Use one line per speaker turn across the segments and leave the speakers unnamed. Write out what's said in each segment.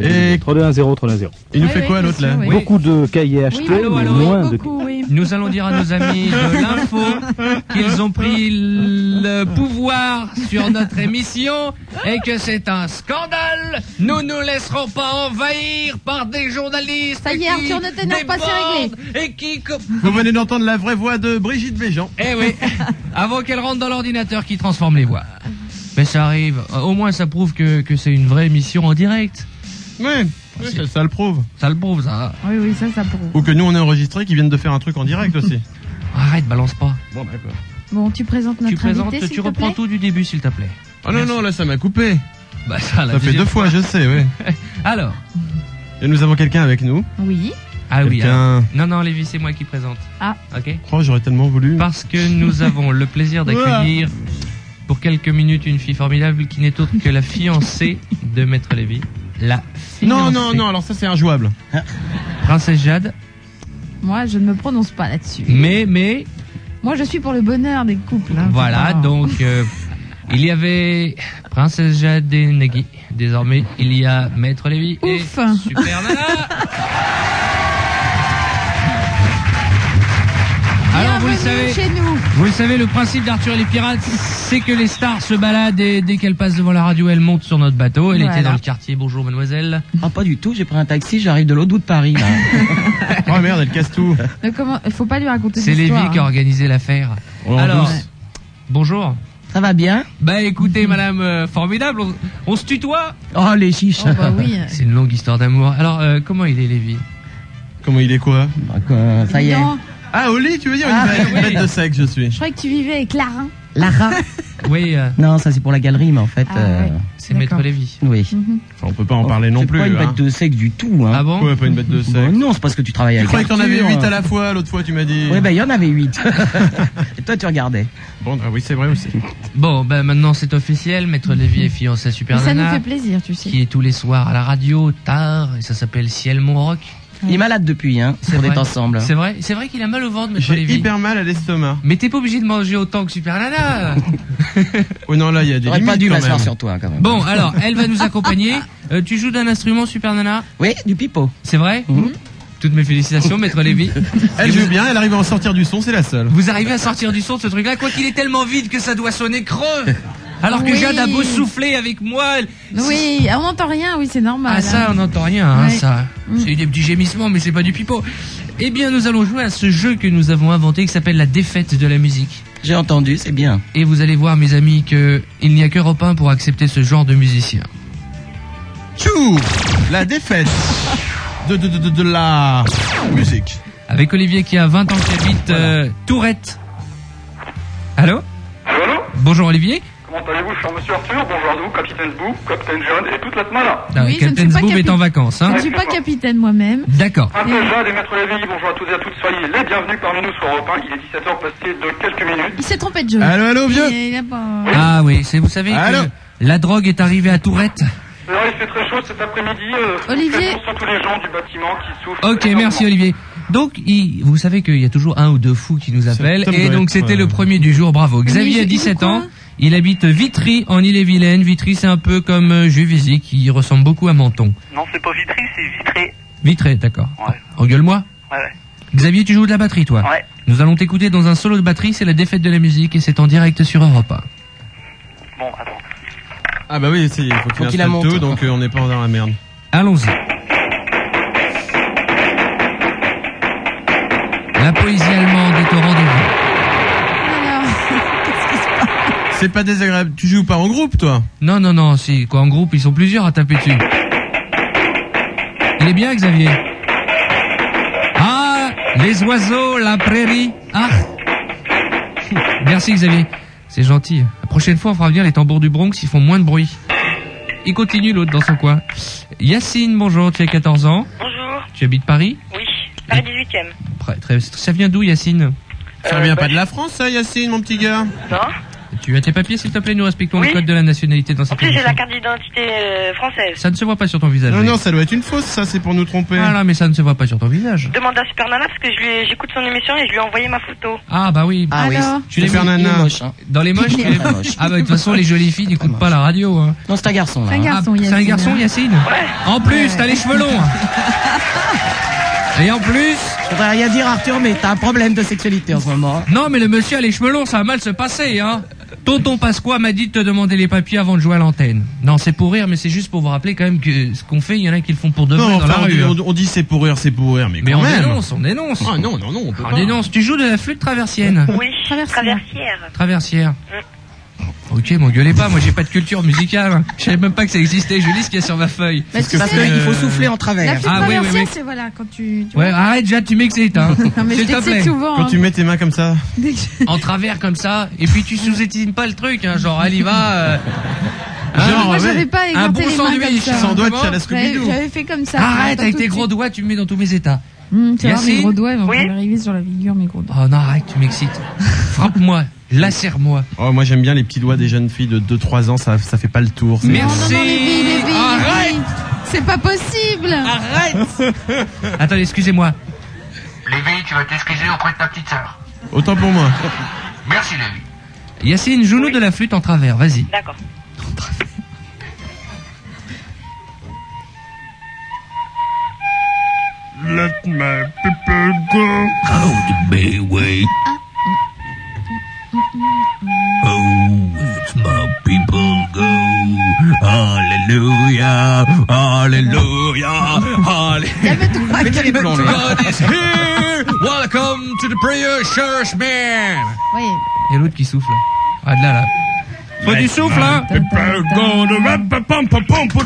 fait
3-2-1-0, 3-2-1-0.
Il nous
Oui,
fait
oui,
quoi
bien
l'autre
sûr,
là
oui.
Beaucoup de cahiers achetés,
Oui, allô,
mais
allô,
moins
oui,
de...
beaucoup, oui.
Nous allons dire à nos amis de l'info qu'ils ont pris le pouvoir sur notre émission et que c'est un scandale. Nous ne laisserons pas envahir par des journalistes
Ça y est,
qui
Arthur, ne t'énerve pas, c'est
débordent et qui... co-
Vous venez d'entendre la vraie voix de Brigitte Béjean.
Eh oui, avant qu'elle rentre dans l'ordinateur qui transforme les voix. Mais ça arrive, au moins ça prouve que, que c'est une vraie émission en direct.
Ouais, ouais, ça, ça le prouve.
Ça le prouve ça.
Oui, oui, ça, ça prouve.
Ou que nous on est enregistrés qui viennent de faire un truc en direct aussi.
Arrête, balance pas.
bon d'accord.
Bon, tu présentes notre
tu présentes,
invité, s'il
tu
te
reprends
plaît.
tout du début s'il te plaît.
Ah non non là ça m'a coupé.
Bah ça, la
Ça fait
deuxième-
deux fois je sais oui.
Alors,
Et nous avons quelqu'un avec nous.
Oui.
ah oui, alors.
Quelqu'un.
Non, non, Lévi, c'est moi qui présente.
Ah.
Ok.
Oh j'aurais tellement voulu.
Parce que nous avons le plaisir d'accueillir pour quelques minutes une fille formidable qui n'est autre que la fiancée de Maître Lévi. La fiancée.
Non non non alors ça c'est injouable.
Princesse Jade.
Moi, je ne me prononce pas là-dessus.
Mais, mais,
Moi, je suis pour le bonheur des couples. hein,
voilà,
faut pas-
donc, euh, il y avait Princesse Jade et Nagui. Désormais, il y a Maître Lévi et
Ouf.
Super Nana. Alors, vous le
Bienvenue
savez.
chez nous.
Vous le savez, le principe d'Arthur et les pirates, c'est que les stars se baladent et dès qu'elles passent devant la radio, elles montent sur notre bateau. Elle était
Voilà.
dans le quartier. Bonjour, mademoiselle.
Ah, pas du tout, j'ai pris un taxi, j'arrive de l'autre bout de Paris. là.
Oh merde elle casse tout.
Ne comment... Faut pas lui raconter hein.
C'est
cette
Lévi
histoire.
qui a organisé l'affaire.
On est en
Alors,
douce.
bonjour.
Ça va bien
Bah écoutez, madame, euh, formidable. On, on se tutoie.
Oh, les chiches
Oh, bah oui.
C'est une longue histoire d'amour. Alors, euh, comment il est, Lévi
Comment il est quoi
Bah, quoi, Ça y est.
Non,
Ah Oli tu veux dire
Ah,
une
oui.
bête de sexe je suis.
je croyais que tu vivais avec Larin.
Lara
Oui, euh,
Non, ça c'est pour la galerie, mais en fait.
Ah,
euh,
ouais.
c'est Maître
D'accord.
Lévi.
Oui.
Mhm.
Enfin, on peut pas en parler non
Oh, C'est
plus.
pas une
hein.
bête de sexe du tout. Hein.
Ah bon
Ouais, pas une bête de
Bah,
sexe.
Non, c'est parce que tu travailles
Je
avec
croyais que t'en avais
Arthur,
8
hein.
à la fois, l'autre fois tu m'as dit.
Ouais, bah il y en avait 8. Et toi, tu regardais.
Bon, ah oui, c'est vrai aussi.
Bon, bah maintenant c'est officiel. Maître Lévi est fiancé à Super
Mais Ça nous
Nana,
fait plaisir, tu sais.
qui est tous les soirs à la radio tard et ça s'appelle Ciel Mon Rock.
Il est malade depuis, hein.
C'est
On
vrai.
est ensemble.
C'est vrai, c'est vrai qu'il a mal au ventre, Maître
J'ai
Lévi.
hyper mal à l'estomac.
Mais t'es pas obligé de manger autant que Super Nana.
Oh non, là, il y a des
J'aurais
limites
pas dû
quand même.
m'asseoir sur toi, quand même.
bon, alors, elle va nous accompagner. Euh, tu joues d'un instrument, Super Nana
Oui, du pipeau.
C'est vrai
Mhm.
Toutes mes félicitations, Maître Lévy.
Elle joue bien, elle arrive à en sortir du son, c'est la seule.
Vous arrivez à sortir du son de ce truc-là, quoi qu'il est tellement vide que ça doit sonner creux. Alors que
Oui.
Jade a beau souffler avec moi. elle-
Oui, on n'entend rien, oui, c'est normal.
Ah ça, on n'entend rien, hein,
Ouais.
ça.
Mm.
C'est des petits gémissements, mais c'est pas du pipeau. Eh bien, nous allons jouer à ce jeu que nous avons inventé qui s'appelle la défaite de la musique.
J'ai entendu, c'est bien.
Et vous allez voir, mes amis, que il n'y a que Europe 1 pour accepter ce genre de musicien.
Tchou La défaite de, de, de, de, de la musique.
Avec Olivier qui a 20 ans qui habite euh, Tourette. Allô
Allô
Bonjour Olivier.
Comment allez-vous Je suis Monsieur Arthur, bonjour à vous, Capitaine Boo, Capitaine John et toute la là.
Ah,
Oui, je ne
Captain
suis pas
Zboub est
capi-
en vacances. Hein
Je ne suis pas capitaine moi-même.
D'accord.
Un peu Jade et Maître Lévy, bonjour à tous et à toutes, soyez les bienvenus parmi nous sur Europe 1. Il est 17h passé de quelques minutes.
Il s'est trompé de jeu.
Allô, allô,
Il,
vieux
il a pas... euh,
Ah oui, c'est vous savez
Allô
que la drogue est arrivée à Tourette.
Alors il fait très chaud cet après-midi. Euh,
Olivier.
Ce sont tous les gens du bâtiment qui souffrent.
Ok,
énormément.
merci Olivier. Donc, il- vous savez qu'il y a toujours un ou deux fous qui nous appellent.
Ça me
Et
doit
donc,
être,
c'était
euh,
le premier du jour. Bravo.
Mais il
Xavier a
joue- il joue
17
quoi
ans. Il habite Vitry, en Ille-et-Vilaine. Vitry, c'est un peu comme euh, Juvisy, qui ressemble beaucoup à Menton.
Non, c'est pas vitré, c'est vitré.
Vitry, d'accord.
Ouais.
Engueule-moi.
Ouais, ouais.
Xavier, tu joues de la batterie, toi
Ouais.
Nous allons t'écouter dans un solo de batterie, c'est la défaite de la musique et c'est en direct sur Europe 1.
Bon, attends.
Ah bah oui, c'est, il faut
Faut
qu'il installe
qu'il la monte.
tout, donc euh, on n'est pas dans la merde.
Allons-y. La poésie allemande est au rendez-vous. Ah.
Alors, qu'est-ce qui se passe
C'est pas désagréable. Tu joues pas en groupe, toi
Non, non, non, c'est quoi en groupe, ils sont plusieurs à taper dessus. Il est bien, Xavier Ah, les oiseaux, la prairie. Ah Merci, Xavier. C'est gentil. La prochaine fois, on fera venir les tambours du Bronx, ils font moins de bruit. Il continue l'autre dans son coin. Yacine, bonjour, tu as 14 ans,
Bonjour,
tu habites Paris
oui, Paris 18 e
Très- très- ça vient d'où, Yacine
Ça vient pas de la France, ça, Yacine, mon euh, petit gars
Non
Tu as tes papiers, s'il te plaît, nous respectons le
Oui.
code de la nationalité dans
En
cette
plus, j'ai
émission.
la carte d'identité euh, française.
Ça Ah, ne se voit pas sur ton visage.
Non,
mec.
non, ça doit être une fausse, ça, c'est pour nous tromper.
Voilà, mais ça ne se voit pas sur ton visage.
Demande à Super Nana parce que je lui- j'écoute son émission et je lui ai envoyé ma photo.
Ah bah oui.
Ah oui.
Alors
Tu les Bernana.
Il est moche, hein.
Dans les moches, tu les-
Très moche.
Ah bah de toute façon, les jolies filles n'écoutent pas la radio. Hein.
Non, c'est un garçon, là.
C'est un
hein.
garçon,
Ah, C'est un
Yacine,
garçon,
hein.
Yacine. En plus, t'as les cheveux longs. Et en plus,
Je voudrais hein. rien dire, Arthur, mais t'as un problème de sexualité en ce moment.
non mais le monsieur a les cheveux longs, ça va mal se passer, hein. Tonton Pasqua m'a dit de te demander les papiers avant de jouer à l'antenne. Non, c'est pour rire, mais c'est juste pour vous rappeler quand même que ce qu'on fait, il y en a qui le font pour de vrai
Non,
dans la
enfin, on,
rue.
dit-
hein.
on, on dit c'est pour rire, c'est pour rire, mais,
Mais
quand
on
même.
dénonce, on dénonce.
Ah non, non, non, on peut
On
pas.
dénonce. Tu joues de la flûte traversienne.
Oui,
Traversière.
traversière.
Traversière. Ok, m'engueulez pas, moi j'ai pas de culture musicale. hein. Je savais même pas que ça existait, je lis ce qu'il y a sur ma feuille.
Bah, tu
Parce
sais,
qu'il faut
Euh,
souffler en
la
travers.
petite
Ah, oui, oui,
traversière,
oui.
c'est voilà, quand tu. tu
Ouais,
vois.
arrête, Jade, tu m'excites, hein.
Non, mais je
S'il te
t'excite
plaît.
souvent.
Quand
hein.
tu mets tes mains comme ça,
Dès que je-
En travers comme ça, et puis tu sous-estimes pas le truc, hein. Genre, elle y va. euh, hein.
Genre,
Ah, Moi,
ouais.
j'avais pas
un
écarté
bon
les mains comme
sandwich,
ça.
sans doigt de
Comment
chalasque
J'avais
bidou.
j'avais fait comme ça.
Arrête,
Attends
avec
tout
tes
de
gros
suite.
doigts, tu me mets dans tous mes états.
Hum, Tu vois, mes
Yacine
gros doigts ils vont
Oui.
m'arriver sur la figure, mes gros doigts.
Oh non, arrête, tu m'excites. Frappe-moi, lacère-moi.
Oh, moi j'aime bien les petits doigts des jeunes filles de 2-3 ans, ça, ça fait pas le tour. c'est-
Non, non, non,
Merci.
les filles, les filles, les
Arrête.
filles. C'est pas possible.
Attendez, excusez-moi.
Lévi, tu vas t'excuser auprès de ta petite sœur.
Autant pour moi.
Merci, Lévi.
Yacine, joue-nous de la flûte en travers, vas-y.
D'accord.
Mettez les plombs,
hein.
là.
God is here. Welcome to the prayer church, man.
Oui.
Et l'autre qui souffle. Ah, de là, là. Faut du souffle, hein.
Il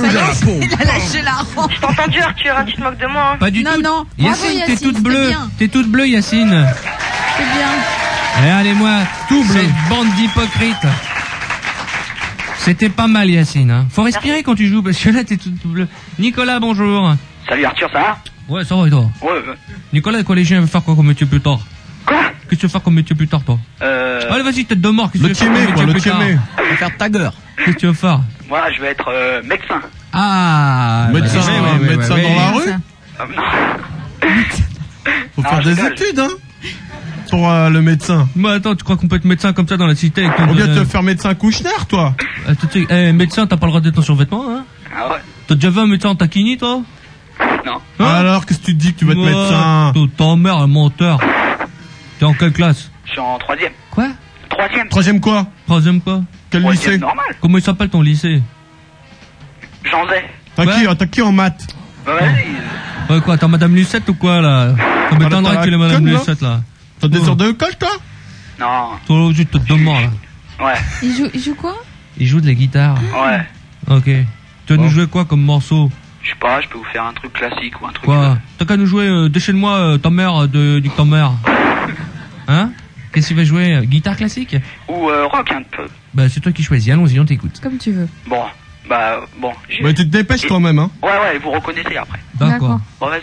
a lâché la rampe.
Je t'ai entendu, Arthur, hein, tu te moques de moi. hein.
Pas du
Non,
tout.
non. Bravo,
Yacine, t'es
Yacine,
toute
c'était
bleue.
bien.
T'es toute bleue, Yacine.
C'est bien.
Eh,
Regardez-moi, tout cette bande d'hypocrites. C'était pas mal, Yacine. hein. Faut respirer quand tu joues, parce que là, t'es tout bleu. Nicolas, bonjour.
Salut Arthur, ça va
Ouais, ça va, et toi
Ouais, ouais.
Nicolas, le collégien veut faire quoi comme métier plus tard
Quoi
Qu'est-ce que tu veux faire comme métier plus tard, toi
Euh,
Allez, vas-y, tête de mort. Qu'est-ce que
Le
tu veux faire
tiémé,
comme
quoi,
métier
le
plus tard
tiémé.
On va faire tagger.
Qu'est-ce que tu veux faire
moi, je vais être euh, médecin.
Ah
Médecin,
bah,
ouais, médecin dans la rue
Euh, non.
Faut
Non,
faire
je
des
rigole.
études, hein Pour euh, le médecin.
Mais attends, tu crois qu'on peut être médecin comme ça dans la cité avec ton...
On vient
euh,
te faire médecin Kouchner, toi
euh, tu sais, eh, médecin, t'as pas le droit d'être en survêtement, hein
Ah ouais
T'as déjà vu un médecin en taquini, toi
Non.
Hein
Alors, qu'est-ce que tu te dis que tu vas être
Ouais,
médecin
t'es- T'es en merde, un menteur. T'es en quelle classe
Je suis en troisième.
Quoi
Troisième
Troisième quoi
Troisième quoi
Quel
Troisième
lycée
normal.
Comment il s'appelle ton lycée
J'en ai.
T'as
Ouais.
qui, hein, t'as qui en maths
Bah vas-y.
Ouais quoi, t'as Madame Lucette ou quoi là Ça m'étonnerait
t'as
que tu
la
l'aies Madame
conne, là
Lucette là.
T'as des
Ouais.
heures de colle, toi
Non.
Toi là, tu te demandes là.
Ouais,
Il joue, il joue quoi
Il joue de la guitare.
ouais.
Ok. Tu vas
Bon.
nous jouer quoi comme morceau
Je sais pas, je peux vous faire un truc classique ou un truc.
Quoi T'as qu'à nous jouer euh, de chez moi euh, ta mère euh, de du ta mère. Hein Qu'est-ce qu'il va jouer euh, Guitare classique
Ou euh, rock un peu.
Bah c'est toi qui choisis, allons-y, on t'écoute.
Comme tu veux.
Bon, bah bon. j'ai-
Bah, tu te dépêches toi-même, hein
Ouais, ouais, vous reconnaissez après.
D'accord.
Bon, vas-y.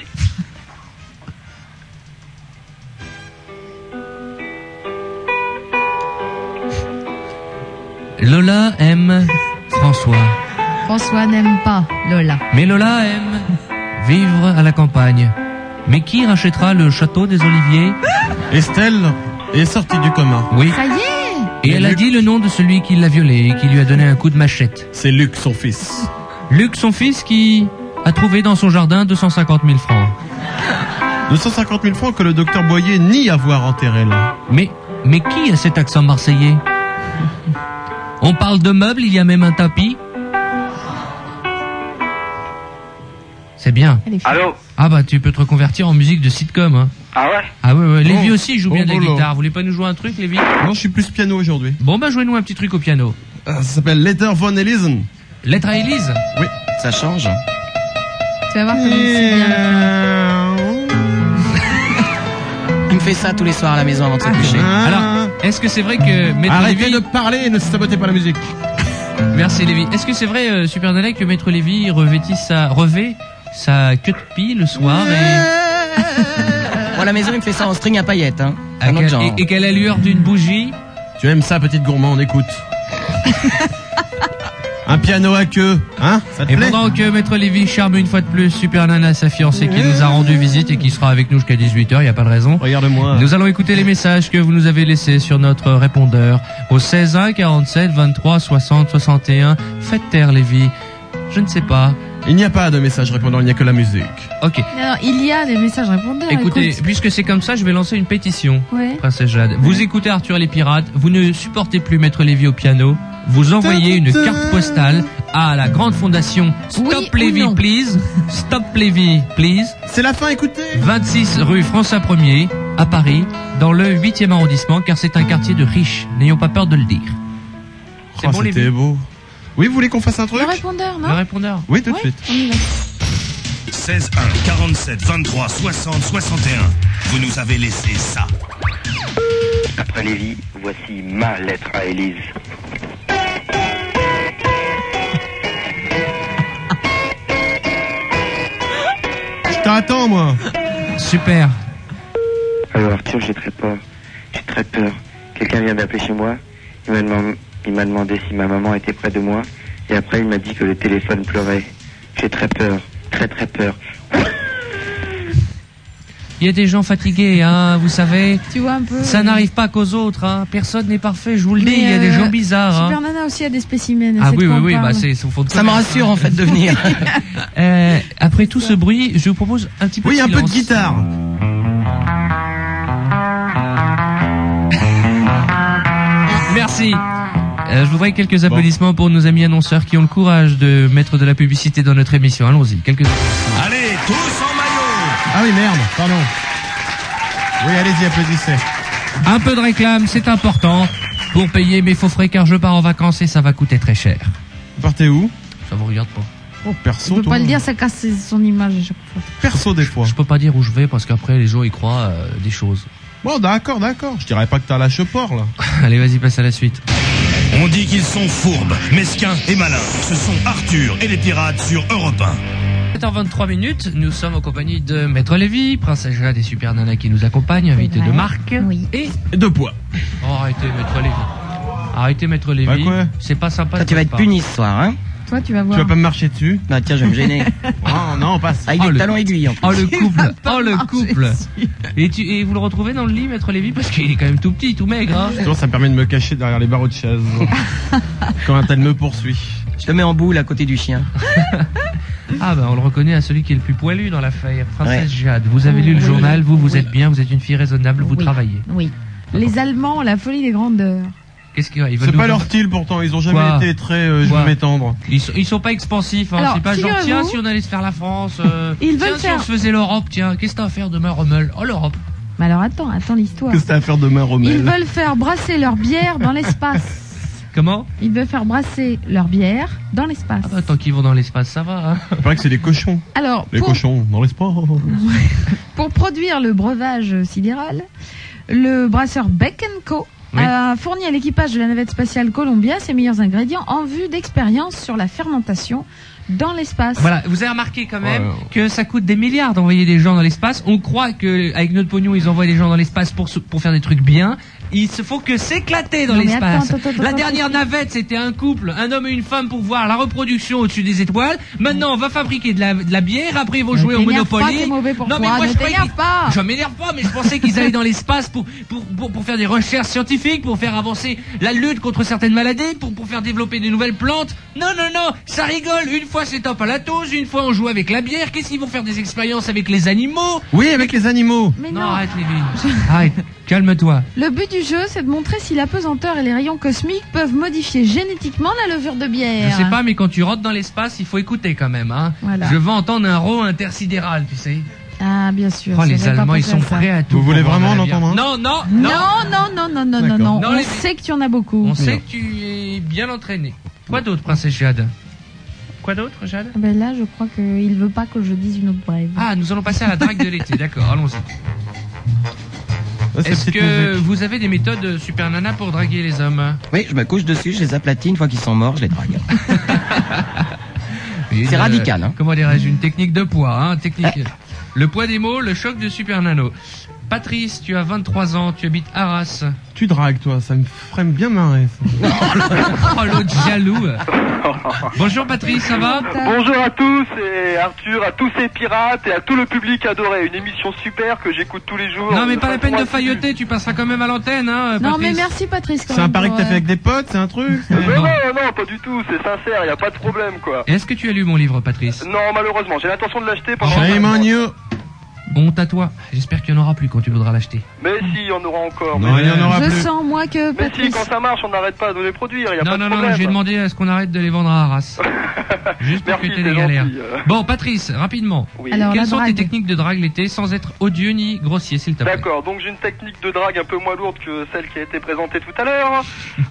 Lola aime François.
François n'aime pas Lola.
Mais Lola aime vivre à la campagne. Mais qui rachètera le château des Oliviers
Estelle est sortie du commun.
Oui.
Ça y est
Et elle a dit le nom de celui qui l'a violée et qui lui a donné un coup de machette.
C'est Luc, son fils.
Luc, son fils, qui a trouvé dans son jardin 250 000 francs.
250 000 francs que le docteur Boyer nie avoir enterré, là.
Mais, mais qui a cet accent marseillais On parle de meubles, il y a même un tapis. C'est bien.
Elle est folle.
Allô
Ah bah tu peux te reconvertir en musique de sitcom. Hein.
Ah ouais
Ah ouais, ouais.
Bon.
Lévi aussi joue
Bon
bien de la
boulot.
guitare. Vous voulez pas nous jouer un truc, Lévi
Non, je suis plus piano aujourd'hui.
Bon bah jouez-nous un petit truc au piano.
Ah, Ça s'appelle Letter von Elizen.
Lettre à Élise
Ça change.
Tu vas voir comment c'est bien.
Il me fait ça tous les soirs à la maison avant de se coucher.
Ah.
Alors, est-ce que c'est vrai que Maître
Arrêtez
Lévy...
de parler et ne sabotez pas la musique.
Merci Lévy. Est-ce que c'est vrai, euh, Super Nana, que Maître Lévy revêtit sa... revêt sa queue de pie le soir
Euh,
et...
Moi, à la maison, il me fait ça en string à paillettes. Hein.
à
Un autre
quel-
genre.
et- et qu'à l'allure d'une bougie,
Tu aimes ça, petite gourmand, on écoute. Un piano à queue, hein Ça te
Et
plaît
pendant que Maître Lévy charme une fois de plus Super Nana, sa fiancée, qui nous a rendu visite et qui sera avec nous jusqu'à 18h, il n'y a pas de raison.
Regarde-moi.
Nous allons écouter les messages que vous nous avez laissés sur notre répondeur au 16 1 47 23 60 61. Faites taire Lévy. Je ne sais pas.
Il n'y a pas de message répondant, il n'y a que la musique.
Ok.
Non, il y a des messages répondeurs.
Écoutez,
Ah, écoute.
puisque c'est comme ça, je vais lancer une pétition.
Ouais.
Princesse Jade. Vous écoutez Arthur et les Pirates, vous ne supportez plus Maître Lévy au piano, vous envoyez une carte postale à la grande fondation Stop
Oui ou
Lévy
non
Please, Stop Lévy Please,
C'est la fin, écoutez
26 rue François 1er, à Paris, dans le 8e arrondissement, car c'est un quartier de riches, n'ayons pas peur de le dire. C'est
Oh,
bon Lévy
C'était beau. Oui, vous voulez qu'on fasse un truc
Le répondeur,
Le
non
répondeur
Oui, tout de
Ouais,
suite.
on y va.
16 1 47 23 60 61. Vous nous avez laissé ça.
Après Lévi, voici ma lettre à Élise.
Je t'attends, moi.
Super
Alors Arthur, j'ai très peur. J'ai très peur. Quelqu'un vient d'appeler chez moi. Il m'a demandé, il m'a demandé si ma maman était près de moi. Et après, il m'a dit que le téléphone pleurait. J'ai très peur. Très très peur.
Il y a des gens fatigués, hein, vous savez.
Tu vois un peu.
Ça n'arrive pas qu'aux autres, hein. Personne n'est parfait, je vous le dis,
Mais,
il y a des
euh,
gens bizarres, hein.
Super Nana aussi a des spécimens.
Ah
c'est de
oui,
quoi
oui,
on
oui,
parle.
bah c'est son fond de
Ça me
commerce,
rassure
hein.
en fait de venir.
Euh, après tout ce bruit, je vous propose un petit peu
Oui,
de
un peu de
silence.
guitare.
Merci. Euh, je voudrais quelques applaudissements pour nos amis annonceurs qui ont le courage de mettre de la publicité dans notre émission. Allons-y, quelques
Allez, tous en maillot
Ah oui, merde, pardon. Oui, allez-y, applaudissez.
un peu de réclame, c'est important pour payer mes faux frais car je pars en vacances et ça va coûter très cher.
Vous Partez où
Ça vous regarde pas.
Oh, perso,
On peut
toi.
pas le dire, ça casse son image à chaque fois.
Perso, des fois.
Je peux pas dire où je vais parce qu'après les gens y croient euh, des choses.
Bon, d'accord, d'accord. Je dirais pas que t'as lâché port, là.
Allez, vas-y, passe à la suite.
On dit qu'ils sont fourbes, mesquins et malins. Ce sont Arthur et les pirates sur Europe 1.
7h23 minutes, nous sommes en compagnie de Maître Lévy, Princesse Jade et Super Nana qui nous accompagnent, invité
vrai.
de marque.
Oui.
Et
Et deux poids.
Oh, arrêtez, maître Lévy. Arrêtez, maître Lévy.
Bah quoi
c'est pas sympa.
Toi,
de
tu vas
votre
être
part.
puni ce soir, hein
Toi, tu vas voir.
Tu vas pas me marcher dessus Ah,
Bah tiens, je vais me gêner. Ah,
Non, non, passe.
Avec
Oh,
des
le-
talons aiguilles en plus.
Oh, le couple.
pas
Oh, le
marcher
couple. Et, tu, et vous le retrouvez dans le lit, maître Lévy, parce qu'il est quand même tout petit, tout maigre. Hein.
Justement, ça me permet de me cacher derrière les barreaux de chaise. Quand un tel me poursuit.
Je te mets en boule à côté du chien.
Ah, bah, on le reconnaît à celui qui est le plus poilu dans l'affaire. Princesse
Ouais.
Jade, vous avez lu le
Oui.
journal, vous, vous
Oui.
êtes bien, vous êtes une fille raisonnable, vous
Oui.
travaillez.
Oui. Les Allemands, la folie des grandeurs.
Qu'est-ce qu'il y a Ils veulent
C'est
nous-
pas leur style, pourtant. Ils ont jamais
Quoi
été très euh, je
Quoi
vais m'étendre.
Ils sont, ils sont pas expansifs, hein.
Alors,
c'est pas genre,
figurez-vous-
tiens, si on allait se faire la France, euh,
Ils
tiens,
veulent
si
faire-
on se faisait l'Europe, tiens, qu'est-ce que t'as à faire demain, Rommel Oh, l'Europe
Mais alors attends, attends l'histoire.
Qu'est-ce que t'as à faire demain,
Ils
Rommel
veulent faire brasser leur bière dans l'espace.
Comment
Ils veulent faire brasser leur bière dans l'espace.
ah bah, Tant qu'ils vont dans l'espace, ça va. Hein.
Il paraît que c'est des cochons.
Alors,
Les
pour,
cochons, dans l'espoir.
pour produire le breuvage sidéral, le brasseur Beck Co.
Oui.
a fourni à l'équipage de la navette spatiale Columbia ses meilleurs ingrédients en vue d'expériences sur la fermentation dans l'espace.
Voilà, vous avez remarqué quand même
Ouais.
que ça coûte des milliards d'envoyer des gens dans l'espace. On croit que avec notre pognon, ils envoient des gens dans l'espace pour se- pour faire des trucs bien. Ils se font que s'éclater dans
Non, mais
l'espace.
attends, attends, attends,
La
attends,
dernière navette, c'était un couple, un homme et une femme pour voir la reproduction au-dessus des étoiles. Maintenant, on va fabriquer de la, de la bière. Après, ils vont jouer au
Ne t'énerve
Monopoly.
pas, c'est mauvais pour
non, mais
toi,
moi,
ne
je croyais-
t'énerve pas.
Je m'énerve pas, mais je pensais qu'ils allaient dans l'espace pour, pour, pour, pour faire des recherches scientifiques, pour faire avancer la lutte contre certaines maladies, pour, pour faire développer des nouvelles plantes. Non, non, non, ça rigole. Une fois c'est top à la tose, une fois on joue avec la bière. Qu'est-ce qu'ils vont faire des expériences avec les animaux
Oui, avec les animaux.
Mais
Non,
non,
arrête, Lévi. Arrête, calme-toi.
Le but du jeu, c'est de montrer si la pesanteur et les rayons cosmiques peuvent modifier génétiquement la levure de
Je
bière.
sais pas, mais quand tu rentres dans l'espace, il faut écouter quand même. Hein.
Voilà.
Je veux entendre un row intersidéral, tu sais.
Ah, bien sûr.
Oh,
j'avais
les
pas
Allemands, ils
pensé à
sont
ça.
prêts à tout.
Vous voulez
pour
vraiment
vendre la bière.
l'entendre, hein
Non, non,
Non,
non.
non, non, non, non, non,
D'accord.
non.
Non,
On
les-
sait que tu en as beaucoup. Ah,
On sait que tu es bien entraîné. Quoi d'autre, princesse Jade Quoi d'autre, Jade
Ah Ben là, je crois qu'il veut pas que je dise une autre brève.
Ah, nous allons passer à la drague de l'été, d'accord, allons-y.
Ah, cette
Est-ce
petite
que
musique.
vous avez des méthodes euh, super nana pour draguer les hommes
Oui, je me couche dessus, je les aplatis. Une fois qu'ils sont morts, je les drague.
Une,
euh,
C'est radical, hein.
Comment dirais-je Une technique de poids, hein, technique. Le poids des mots, le choc de super nano. Patrice, tu as 23 ans, tu habites Arras.
Tu dragues, toi, ça me ferait bien marrer. ça.
Oh, l'autre jaloux. Bonjour Patrice, ça va
Bonjour à tous et Arthur, à tous ces pirates et à tout le public adoré. Une émission super que j'écoute tous les jours.
Non, mais pas la peine de
Trois minutes.
failloter, tu passeras quand même à l'antenne, hein, Patrice.
Non, mais merci Patrice. quand
C'est un
même
pari que
pour,
t'as fait
euh,
avec des potes, c'est un truc c'est-
Mais
Non.
non, non, pas du tout, c'est sincère, y a pas de problème quoi.
Est-ce que tu as lu mon livre, Patrice
Non, malheureusement, j'ai l'intention de l'acheter pendant.
Shame on you
Honte à toi. J'espère qu'il n'y en aura plus quand tu voudras l'acheter.
Mais si, y en aura encore.
Non,
mais...
il y en aura
Je
plus.
sens, moi, que
mais si,
Patrice.
quand ça marche, on n'arrête pas de les produire, y a pas
Non,
de
non,
problème.
non, j'ai demandé à ce qu'on arrête de les vendre à Arras. Juste pour
Merci,
que t'aies des
c'est
galères.
gentil. euh,
Bon, Patrice, rapidement.
oui.
Alors, la
Quelles sont
drague.
tes techniques de drague l'été sans être odieux ni grossier, s'il te plaît
D'accord, donc j'ai une technique de drague un peu moins lourde que celle qui a été présentée tout à l'heure.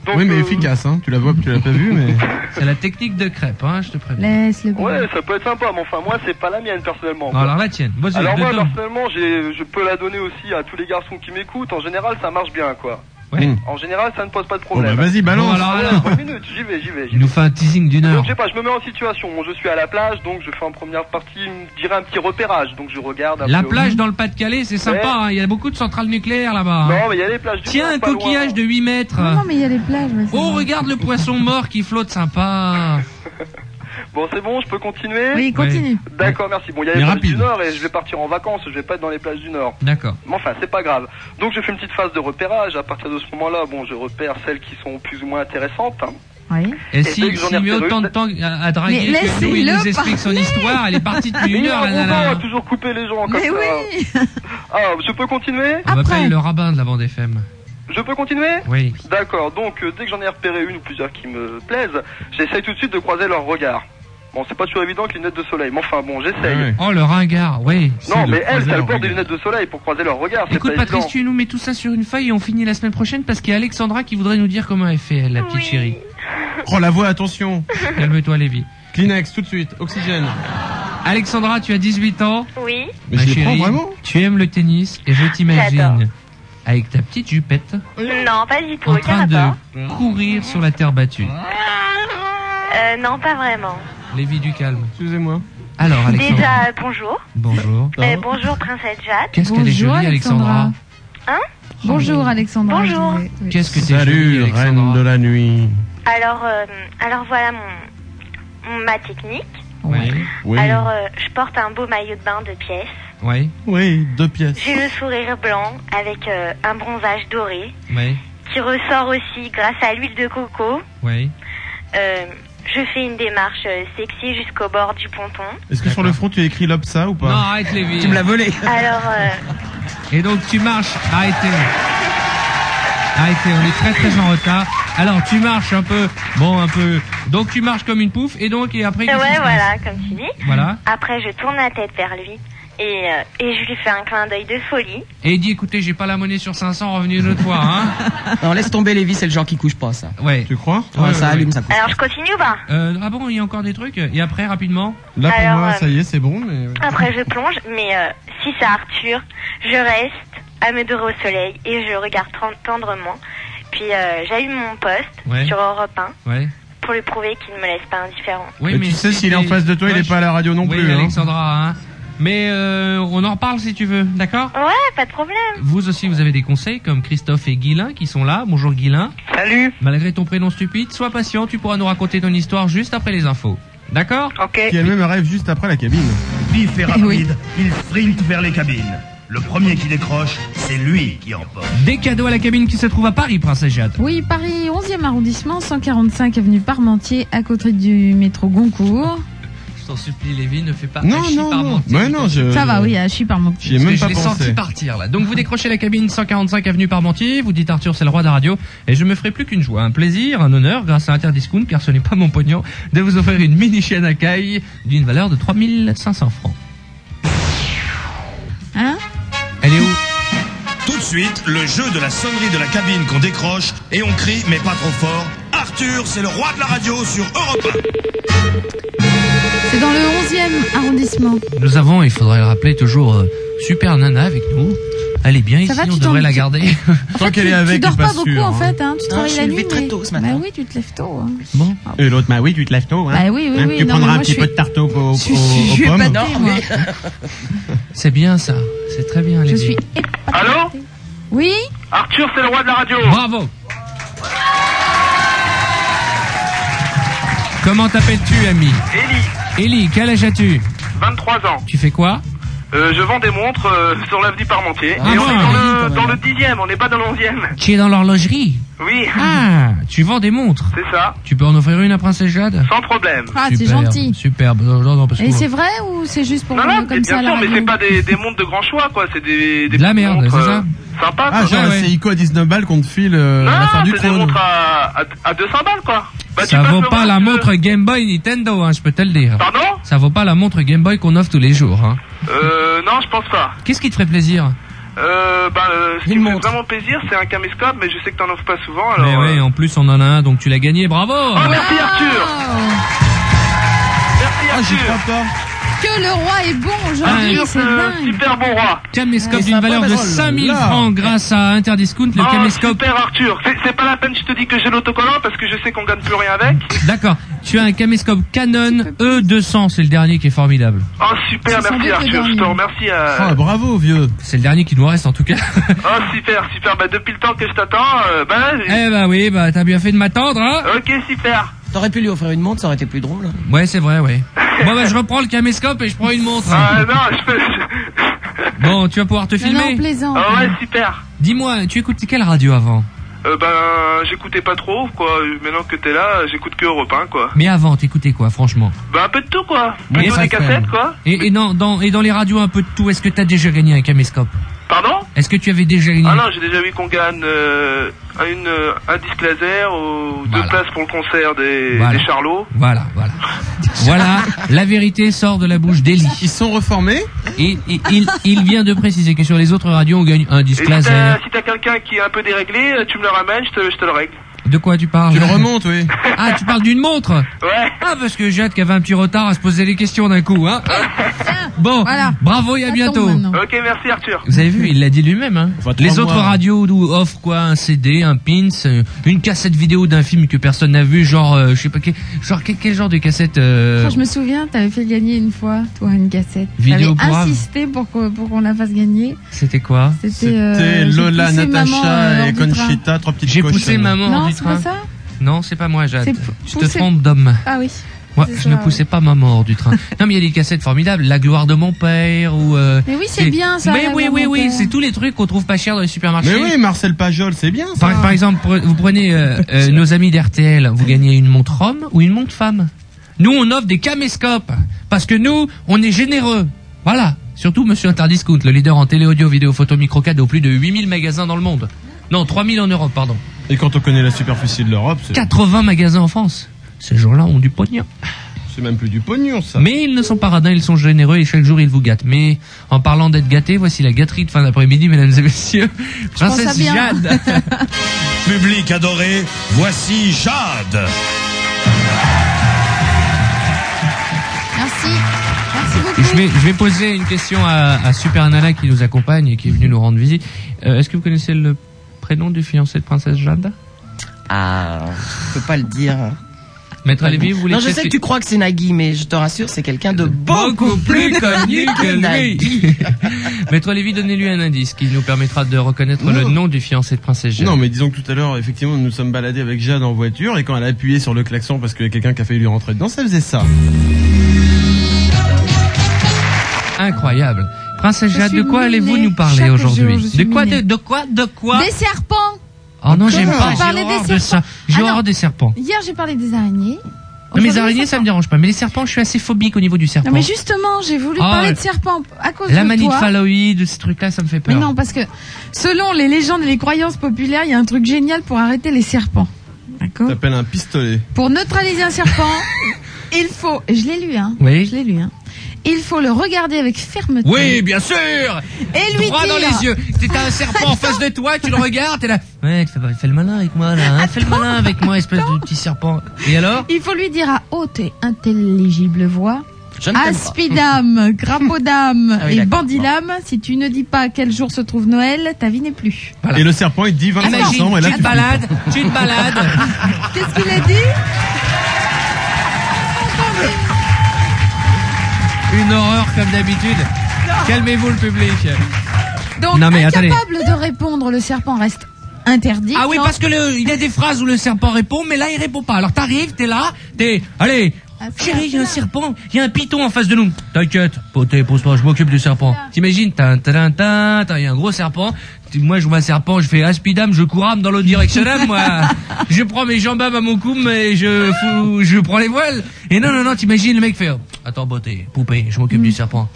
Donc,
Oui, mais
euh,
efficace, hein. Tu la vois, tu l'as pas vu, mais.
C'est la technique de crêpe, hein, je te préviens.
Laisse le
Ouais, ça peut être sympa, mais enfin, moi, c'est pas la mienne personnellement.
Non, alors la tienne. Vas-y,
Alors
de
moi
Dom.
personnellement j'ai je peux la donner aussi à tous les garçons qui m'écoutent. En général ça marche bien quoi.
Ouais.
Mmh.
En général ça ne pose pas de
Bon, bah,
problème.
vas-y,
Bon,
balance.
alors,
Ouais,
alors.
trois minutes, j'y vais, j'y vais, j'y
Il nous fait un teasing d'une
vais.
heure.
Donc je sais pas, je me mets en situation. Bon, je suis à la plage, donc je fais en première partie, je dirais un petit repérage. Donc je regarde. un
La
peu-
plage dans le Pas-de-Calais, c'est sympa,
Ouais.
hein, il y a beaucoup de centrales nucléaires là-bas. hein.
Non mais il y a les plages. Du
Tiens, un
coin, pas
coquillage
loin.
de 8 mètres.
Non, non, mais il y a les plages. mais c'est
Oh,
bon.
regarde le poisson mort qui flotte, sympa.
Bon c'est bon, je peux continuer.
Oui, continue.
D'accord, merci. Bon, il y a les
Mais
plages
rapide.
du Nord et je vais partir en vacances. Je vais pas être dans les plages du Nord.
D'accord.
Mais enfin, c'est pas grave. Donc je fais une petite phase de repérage. À partir de ce moment-là, bon, je repère celles qui sont plus ou moins intéressantes. hein.
Oui.
Et
Et
si,
dès que j'en ai
s'il met
repéré
autant de
une-
temps à, à draguer
Mais
que nous, il
laissez-le
nous explique son histoire, elle est partie depuis une
Mais
heure,
on
la nana.
va toujours couper les gens comme
Mais
ça.
oui
Ah, je peux continuer
On m'appelle
Après.
le rabbin de la bande FM.
Je peux continuer
Oui.
D'accord, donc euh, dès que j'en ai repéré une ou plusieurs qui me plaisent, j'essaye tout de suite de croiser leur regard. Bon, c'est pas toujours évident avec les lunettes de soleil, mais enfin bon, j'essaye.
Ouais.
Oh, le ringard, oui.
Non,
de
mais
croiser
elles,
leur
elles portent des
regard.
lunettes de soleil pour croiser leur regard, c'est
Écoute,
pas
Patrice,
évident.
tu nous mets tout ça sur une feuille et on finit la semaine prochaine parce qu'il y a Alexandra qui voudrait nous dire comment elle fait, elle, la petite chérie.
Oh, la voix, attention.
Calme-toi, Lévi.
Kleenex, tout de suite. Oxygène.
Alexandra, tu as 18 ans.
Oui.
Mais
ma
je les prends
chérie.
vraiment
Tu aimes le tennis et je
J'adore.
t'imagine avec ta petite jupette
Non, pas du tout,
en
aucun
train de
rapport.
courir sur la terre battue.
Euh, non, pas vraiment.
Lévi, du calme.
Excusez-moi.
Alors, Alexandra.
Déjà, euh, bonjour.
Bonjour.
Euh, bonjour, princesse Jade.
Qu'est-ce qu'elle est
Bonjour,
jolie, Alexandra.
Alexandra. Bonjour, Alexandra.
Bonjour.
je disais, oui.
Oh, Qu'est-ce que t'es jolie,
Salut, reine de
Alexandra.
la nuit.
Alors, euh, alors voilà mon, mon- ma technique.
Ouais.
Oui.
Alors, euh, je porte un beau maillot de bain de pièces.
Ouais.
Oui, deux pièces.
J'ai le sourire blanc avec euh, un bronzage doré
Ouais.
qui ressort aussi grâce à l'huile de coco.
Ouais.
Euh, je fais une démarche euh, sexy jusqu'au bord du ponton.
Est-ce que sur le front tu as écrit Lopsa ou
Non,
pas
arrête, Lévi.
Tu me l'as volé.
Alors, euh,
Et donc tu marches, Ah, arrêtez. Arrêtez, on est très très en retard. Alors tu marches un peu, bon un peu. Donc tu marches comme une pouffe et donc et après.
ouais,
qu'est-ce qui se
voilà, comme tu dis.
passe Voilà.
Après, je tourne la tête vers lui et, euh, et je lui fais un clin d'œil de folie.
Et il dit écoutez j'ai pas la monnaie sur 500, revenu une autre fois, hein.
Non, laisse tomber Lévi, c'est le genre qui couche pas, ça.
Ouais.
Tu crois
Ouais,
Ouais,
ça
ouais,
allume, ça couche.
Alors, je continue ou pas
Euh, ah bon, il y a encore des trucs Et après rapidement
Là pour
Alors,
moi,
euh,
ça y est, c'est bon, mais.
Après, je plonge, mais euh, si c'est Arthur, je reste à me dorer au soleil et je regarde tend- tendrement. Puis, euh, j'allume mon poste
Ouais.
sur Europe 1
Ouais.
pour lui prouver qu'il ne me laisse pas indifférent.
Oui,
Et Euh, Bah, tu sais,
si
s'il est en
t'es-
face de toi, il
Ouais,
est pas à la radio non
oui,
plus. hein.
Alexandra, hein. Mais euh, on en reparle si tu veux, d'accord
Ouais, pas de problème.
Vous aussi, vous avez des conseils comme Christophe et Guilin qui sont là. Bonjour Guilin.
Salut
Malgré ton prénom stupide, sois patient, tu pourras nous raconter ton histoire juste après les infos. D'accord
Ok.
Qui elle-même arrive juste après la cabine.
Vif et
Eh oui.
rapide, il sprint vers les cabines. Le premier qui décroche, c'est lui qui emporte.
Des cadeaux à la cabine qui se trouve à Paris, Princesse Jade.
Oui, Paris 11e arrondissement, 145 avenue Parmentier, à côté du métro Goncourt.
Je t'en supplie, Lévi, ne fais pas
Non, non, non. Mais non, je.
Ça va, oui, à Chy Parmentier.
J'y ai même
je
pas
l'ai senti
pensé.
partir là. Donc vous décrochez la cabine 145 avenue Parmentier, vous dites Arthur c'est le roi de la radio et je me ferai plus qu'une joie, un plaisir, un honneur grâce à Interdiscount car ce n'est pas mon pognon de vous offrir une mini chaîne à caille d'une valeur de 3500 francs.
Hein
Elle est où
Tout de suite, le jeu de la sonnerie de la cabine qu'on décroche et on crie, mais pas trop fort. Arthur, c'est le roi de la radio sur Europe 1.
C'est dans le 11e arrondissement.
Nous avons, il faudrait le rappeler toujours euh, Super Nana avec nous. Elle est bien
Ça
ici,
va,
on
tu
devrait
t'en-
la garder.
Tant qu'elle
tu,
est avec,
tu dors
t'es
pas,
pas
beaucoup
sûr,
en
hein.
fait, hein. tu
Non,
travailles
je suis
la nuit.
levée très
mais-
tôt ce matin.
Bah oui, tu te lèves tôt. hein.
Bon,
Et l'autre, bah oui, tu te lèves tôt. Hein.
Bah oui, oui,
Hein,
oui.
tu
non, mais
prendras
moi,
un petit
je
peu
suis-
de tarte aux, aux-
je suis-
aux
je suis
pommes.
épatée, moi.
c'est bien ça, c'est très bien.
Je
Lady.
suis épatée.
Allô
Oui
Arthur, c'est le roi de la radio.
Bravo. Comment t'appelles-tu, ami
Élie,
Ellie, quel âge as-tu
23 ans.
Tu fais quoi
Euh, je vends des montres euh, sur l'avenue Parmentier.
Ah
et on
bon,
est dans
oui,
le, dans le dixième, on n'est pas dans le onzième.
Tu es dans l'horlogerie.
Oui,
Ah, tu vends des montres.
c'est ça,
Tu peux en offrir une à Princesse Jade
sans problème.
Ah, c'est
Superbe,
gentil.
Superbe. Non, non, non, parce
Et
que-
c'est vrai ou c'est juste
Ah,
pour
Non,
nous
non, mais
comme ça
bien
à la
sûr, mais
radio
c'est pas des, des montres de grand choix, quoi. C'est des, des
De la
petites
merde,
montres,
c'est ça
euh, Sympas,
Ah,
quoi.
genre
Ouais, ouais.
un CICO à 19 balles qu'on te file euh,
Ah,
à la fin
non,
du
c'est des
trône.
montres à, à, à 200 balles, quoi. Bah, tu
Ça
peux
vaut
te
pas
le-
la montre Game Boy Nintendo, hein, je peux te le dire.
Pardon
Ça vaut pas la montre Game Boy qu'on offre tous les jours. Hein.
Euh, non, je pense pas.
Qu'est-ce qui te ferait plaisir
Euh, bah, euh, ce qui
Une
me fait
montre.
vraiment plaisir, c'est un caméscope, mais je sais que t'en offres pas souvent,
Mais
alors.
ouais,
euh,
en plus on en a un, donc tu l'as gagné, bravo
Oh, merci Arthur
Oh,
Merci
Ah, j'y crois
Arthur
pas.
que le roi est bon aujourd'hui,
Arthur,
c'est
euh,
dingue.
super bon roi
Caméscope
Et
d'une
ça
valeur de
passe.
5000
Là.
francs grâce à Interdiscount, le
Oh,
caméscope.
super Arthur C'est- C'est pas la peine, je te dis que j'ai l'autocollant parce que je sais qu'on gagne plus rien avec.
D'accord, tu as un caméscope Canon E200, c'est le dernier qui est formidable.
Oh super,
C'est sans
merci
doute le
Arthur, je te
dernier.
remercie.
Ah,
bah,
Oh.
euh,
bravo, vieux.
C'est le dernier qui nous reste en tout cas.
Oh super, super, bah depuis le temps que je t'attends, euh, bah...
eh bah oui, bah t'as bien fait de m'attendre, hein
Ok, super
T'aurais pu lui offrir une montre, ça aurait été plus drôle.
Ouais, c'est vrai, ouais. Bon bah je reprends le caméscope et je prends une montre.
Ah non, je peux...
Bon, tu vas pouvoir te
Non, non,
filmer
plaisant.
Ah ouais, super
Dis-moi, tu écoutes quelle radio avant
euh, Ben, j'écoutais pas trop, quoi. Maintenant que t'es là, j'écoute que Europe 1, quoi.
Mais avant, t'écoutais quoi, franchement
Bah un peu de tout, quoi.
Oui,
Plutôt
ça
des
fait.
cassettes, quoi.
et, et dans, dans, et dans les radios un peu de tout, est-ce que t'as déjà gagné un caméscope
Pardon
Est-ce que tu avais déjà gagné
Ah non, j'ai déjà vu qu'on gagne euh, une, euh, un disque laser ou deux
Voilà.
places pour le concert des,
Voilà.
des Charlots.
Voilà, voilà. voilà, la vérité sort de la bouche d'Elie.
Ils sont reformés.
Et, et- il, il vient de préciser que sur les autres radios, on gagne un
Et
disque
si t'as
laser.
si t'as quelqu'un qui est un peu déréglé, euh, tu me le ramènes, je te, je te le règle.
De quoi tu parles
Tu le remontes, oui.
Ah, tu parles d'une montre
Ouais
Ah, parce que Jade qui avait un petit retard à se poser les questions d'un coup, hein Bon,
Voilà.
bravo et à
Attends
bientôt
maintenant.
Ok, merci Arthur.
Vous avez vu, il l'a dit lui-même. Hein.
Enfin, trois
Les autres
mois.
radios nous offrent quoi Un CD, un pins, euh, une cassette vidéo d'un film que personne n'a vu, genre, euh, je sais pas, quel, genre quel, quel genre de cassette euh,
Franchement, Je me souviens, t'avais fait gagner une fois, toi, une cassette.
Vidéo
T'avais
brave.
insisté pour qu'on pour qu'on la fasse gagner.
C'était quoi
C'était euh,
C'était
j'ai
Lola,
poussé
Natacha
maman, euh, hors
et
du train.
Conchita, trois petites
J'ai poussé
cochonnes.
maman hors
Non,
du
c'est pas
train.
ça
Non, c'est pas moi, Jade.
C'est
Tu te
pousser.
trompes d'homme.
Ah oui.
Moi,
C'est
je
ça,
ne
ouais.
poussais pas maman hors du train. non, mais il y a des cassettes formidables. La gloire de mon père ou. euh,
Mais oui, c'est
des-
bien ça.
Mais
la
oui, oui, oui,
volontaire.
c'est tous les trucs qu'on trouve pas cher dans les supermarchés.
Mais oui, Marcel Pajol, c'est bien ça.
Par, par exemple, pre- vous prenez euh, euh, nos amis d'RTL, vous gagnez une montre homme ou une montre femme. Nous, on offre des caméscopes parce que nous, on est généreux. Voilà. Surtout Monsieur Interdiscount, le leader en télé, audio, vidéo, photo, micro cadeau, plus de 8000 magasins dans le monde. Non, 3000 en Europe, pardon.
Et quand on connaît la superficie de l'Europe, c'est-
80 magasins en France. Ces gens-là ont du pognon.
c'est même plus du pognon ça.
Mais ils ne sont pas radins, ils sont généreux et chaque jour ils vous gâtent. Mais en parlant d'être gâtés, voici la gâterie de fin d'après-midi, mesdames et messieurs.
pense à
Princesse
bien.
Jade.
Public adoré, voici Jade.
Merci. Merci beaucoup.
Je vais, je vais poser une question à, à Super Nana qui nous accompagne et qui est venue nous rendre visite. Euh, Est-ce que vous connaissez le prénom du fiancé de Princesse Jade
Ah, je peux pas le dire. hein.
Maître Lévy, vous voulez
non, je sais que tu crois que c'est Nagui, mais je te rassure, c'est quelqu'un de beaucoup plus connu que lui.
Maître Lévy, donnez-lui un indice qui nous permettra de reconnaître le
Non.
nom du fiancé de Princesse Jade.
Non, mais disons que tout à l'heure, effectivement, nous nous sommes baladés avec Jeanne en voiture et quand elle a appuyé sur le klaxon parce qu'il y a quelqu'un qui a failli lui rentrer dedans, ça faisait ça.
Incroyable. Princesse
Je
Jade, de
suis
quoi allez-vous
minée.
nous parler
Chaque jour,
aujourd'hui
je suis
De quoi de,
minée.
de quoi De quoi
Des serpents.
Oh non, j'aime
Encore
pas,
Parler des
j'ai horreur de
serpents.
ça. J'ai
Ah non.
horreur des serpents.
Hier, j'ai parlé des araignées.
Non, mais
Aujourd'hui,
les araignées,
des
ça
serpents.
me dérange pas. Mais les serpents, je suis assez phobique au niveau du serpent.
Non, mais justement, j'ai voulu
Ah,
parler
ouais.
de serpents à cause
La
de
manie
toi.
de phalloïde, ces trucs-là, ça me fait
mais
peur.
non, bah, parce que selon les légendes et les croyances populaires, il y a un truc génial pour arrêter les serpents. D'accord
T'appelles un pistolet.
Pour neutraliser un serpent, il faut. et Je l'ai lu, hein.
Oui.
Je l'ai lu, hein. Il faut le regarder avec fermeté.
Oui, bien sûr
Et lui
Droit
dire.
dans les yeux T'as un serpent en face de toi, tu le regardes, t'es là... Ouais, tu fais, pas- fais le malin avec moi, là, hein, fais le malin avec moi, espèce de petit serpent. Et alors
Il faut lui dire à haute et intelligible voix
Je ne t'aime pas.
Aspidam, Grapodam
Ah oui,
et
d'accord.
Bandilam, si tu ne dis pas quel jour se trouve Noël, ta vie n'est plus.
Voilà.
Et le serpent, il dit
Ah,
25
Imagine,
ans et là,
tu
tu
te
flippes.
balades, tu te balades...
Qu'est-ce qu'il a dit
Une horreur comme d'habitude Calmez-vous le public
Donc,
Non, mais attendez.
incapable de répondre, le serpent reste interdit.
Ah oui, parce que le, il y a des phrases où le serpent répond, mais là, il répond pas. Alors, t'arrives, t'es là, t'es, allez, chérie, il y a un serpent, il y a un python en face de nous. T'inquiète, poté, pose-toi, je m'occupe du serpent. T'imagines, tin, tin, tin, tin, il y a un gros serpent. Tu- Moi, je vois un serpent, je fais aspidam, je courame dans l'autre direction, là, moi. Je prends mes jambes à mon cou, mais je fous, je prends les voiles. Et non, non, non, t'imagines, le mec fait, attends, beauté, poupée, je m'occupe du serpent.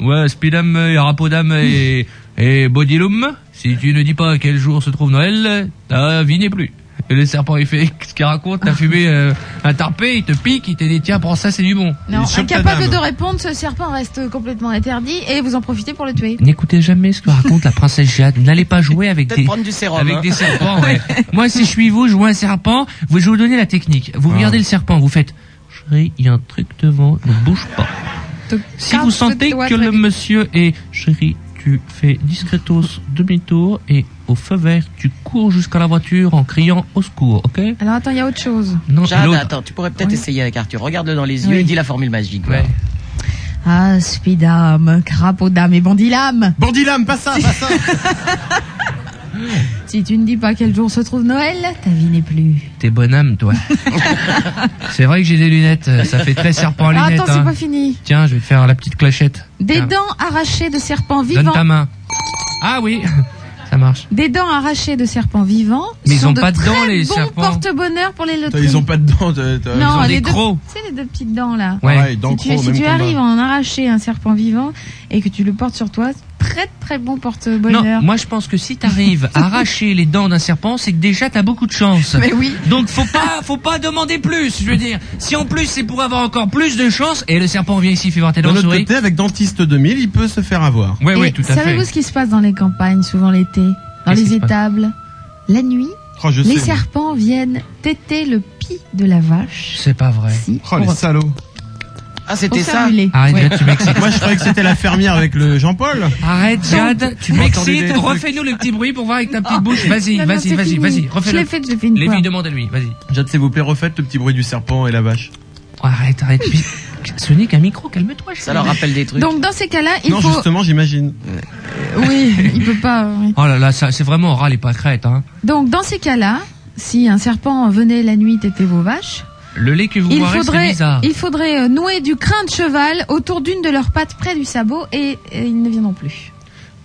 Ouais, Spidam, euh, Rapodam et, et Bodilum, si tu ne dis pas quel jour se trouve Noël, euh, ta vie n'est plus. Et le serpent, il fait ce qu'il raconte, t'as fumé euh, un tarpé, il te pique, il te dit tiens, prends ça, c'est du bon.
Non, incapable de répondre, ce serpent reste complètement interdit et vous en profitez pour le tuer.
N'écoutez jamais ce que raconte la princesse Jade. N'allez pas jouer avec des, avec
hein.
des serpents. ouais. Moi, si je suis vous, je vois un serpent. Vous, je vais vous donner la technique. Vous regardez le serpent, vous faites. Chérie, il y a un truc devant, ne bouge pas. Si vous sentez que le monsieur est chéri, tu fais discretos demi-tour et au feu vert, tu cours jusqu'à la voiture en criant au secours, ok
Alors attends, il y a autre chose.
Non,
Jade,
l'autre.
attends, tu pourrais peut-être essayer avec Arthur. Regarde-le dans les yeux
Oui.
et dis la formule magique.
Ouais.
Ah, Spidam, Crapaudam et Bandilame.
Bandilame, pas ça, pas ça.
Si tu ne dis pas quel jour se trouve Noël, ta vie n'est plus.
T'es bonhomme, toi. c'est vrai que j'ai des lunettes, euh, ça fait très serpent à
Ah,
lunettes.
attends, c'est
hein.
pas fini.
Tiens, je vais te faire la petite clochette.
Des
Tiens,
dents arrachées de serpents
Donne
vivants.
ta main. Ah oui, ça marche.
Des dents arrachées de serpents vivants.
Mais ils
sont
ont
de
pas de
très
dents, les
bons
serpents.
porte-bonheur pour les loteries.
Ils ont pas de dents. t'as- t'as-
non,
ils ont
les
des
deux-
crocs.
Tu sais, les deux petites dents là.
Ouais,
Si
dents,
tu,
crocs,
si
même
tu
combat.
arrives à en arracher un serpent vivant et que tu le portes sur toi, très très bon porte-bonheur.
Non, moi je pense que si t'arrives à arracher les dents d'un serpent, c'est que déjà t'as beaucoup de chance.
Mais oui.
Donc faut pas, faut pas demander plus. Je veux dire, si en plus c'est pour avoir encore plus de chance, et le serpent vient ici, fait voir tes
D'un
dents
autre
souris.
côté, avec Dentiste 2000, il peut se faire avoir.
Ouais, ouais,
Et
tout à fait.
Savez-vous ce qui se passe dans les campagnes, souvent l'été Dans
Qu'est-ce qui
les
se passe
étables La nuit,
Oh, je
les
sais.
serpents viennent téter le pis de la vache.
C'est pas vrai.
Si,
Oh, les
pour-
salauds.
Ah, c'était
pour
ça
s'amuser.
Arrête,
Ouais.
Jade, tu m'excites.
Moi, je croyais que c'était la fermière avec le Jean-Paul.
Arrête, Jade,
Entendez
tu
des
m'excites.
trucs.
Refais-nous le petit bruit pour voir avec ta petite bouche. Vas-y,
Non, non,
vas-y,
c'est
vas-y,
fini.
vas-y.
Je l'ai
Refais-le.
fait, je l'ai fait une fois.
Lévi, demande-lui. Vas-y.
Jade, s'il vous plaît, refaites le petit bruit du serpent et la vache.
Arrête, arrête. Puis- Sonic, un micro, calme-toi. je
Ça leur rappelle des trucs.
Donc dans ces cas-là, il
non,
faut...
justement, j'imagine.
Oui, il peut pas... oui.
Oh là là, ça, c'est vraiment ras les pâquerettes, hein.
Donc dans ces cas-là, si un serpent venait la nuit téter vos vaches,
Le lait que vous
il
boirez, c'est
faudrait,
bizarre.
il faudrait euh, nouer du crin de cheval autour d'une de leurs pattes près du sabot et, et ils ne viendront plus.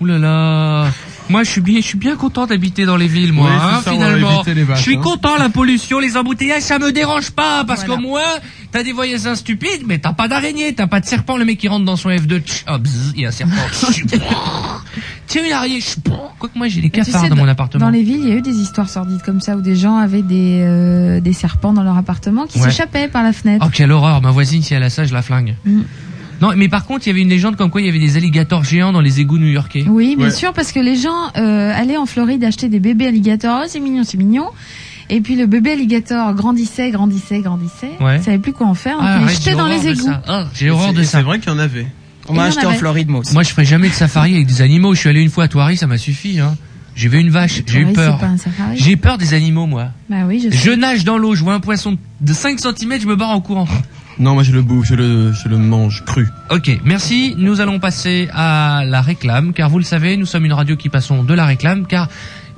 Ouh là là Moi, je suis bien, je suis bien content d'habiter dans les villes, moi,
Oui, c'est
hein,
ça, on va
finalement.
éviter les vaches,
je suis
hein.
content, la pollution, les embouteillages, ça me dérange pas, parce
Voilà.
qu'au moins, t'as des voisins stupides, mais t'as pas d'araignée, t'as pas de serpent, le mec qui rentre dans son F2, tch, oh, bzz, il y a un serpent, tch, tiens une araignée, tch, quoique moi j'ai des
Mais tu
cafards
sais,
dans mon appartement.
Dans les villes, il y a eu des histoires sordides comme ça où des gens avaient des, euh, des serpents dans leur appartement qui
Ouais.
s'échappaient par la fenêtre.
Oh, quelle horreur, ma voisine, si elle a ça, je la flingue.
Mm.
Non, mais par contre, il y avait une légende comme quoi il y avait des alligators géants dans les égouts new-yorkais.
Oui, bien
Ouais.
sûr, parce que les gens euh, allaient en Floride acheter des bébés alligators. Oh, c'est mignon, c'est mignon. Et puis le bébé alligator grandissait, grandissait, grandissait.
Ouais.
Il savait plus quoi en faire. Donc
Ah,
il les
arrête,
jetait
j'ai
dans
horreur
les
de
égouts.
ça. Ah, J'ai horreur de
C'est-
ça.
C'est vrai qu'il y en avait.
On
Et
m'a
il y en
acheté en
avait.
Floride, moi aussi.
Moi, je ferai jamais de safari avec des animaux. Je suis allé une fois à Toari, ça m'a suffi. Hein. J'ai vu une vache, j'ai eu
Oui, c'est
peur.
pas un safari.
J'ai peur des animaux, moi.
Bah oui, je sais.
Je nage dans l'eau, je vois un poisson de 5 cm, je me barre en courant.
Non, moi, je le bouffe, je le, je le mange cru.
Ok, merci. Nous allons passer à la réclame, car vous le savez, nous sommes une radio qui passons de la réclame, car